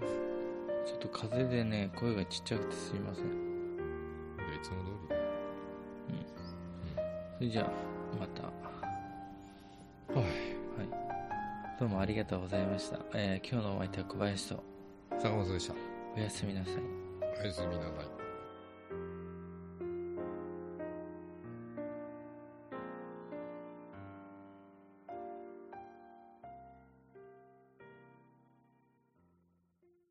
A: うーん。ちょっと風邪でね、声がちっちゃくてすいません。
B: いやいつも通りだよ
A: それじゃあ、また。
B: はい
A: どうもありがとうございました。えー今日のお相手は小林と、
B: 坂本でした
A: おやすみなさい。
B: おやすみなさい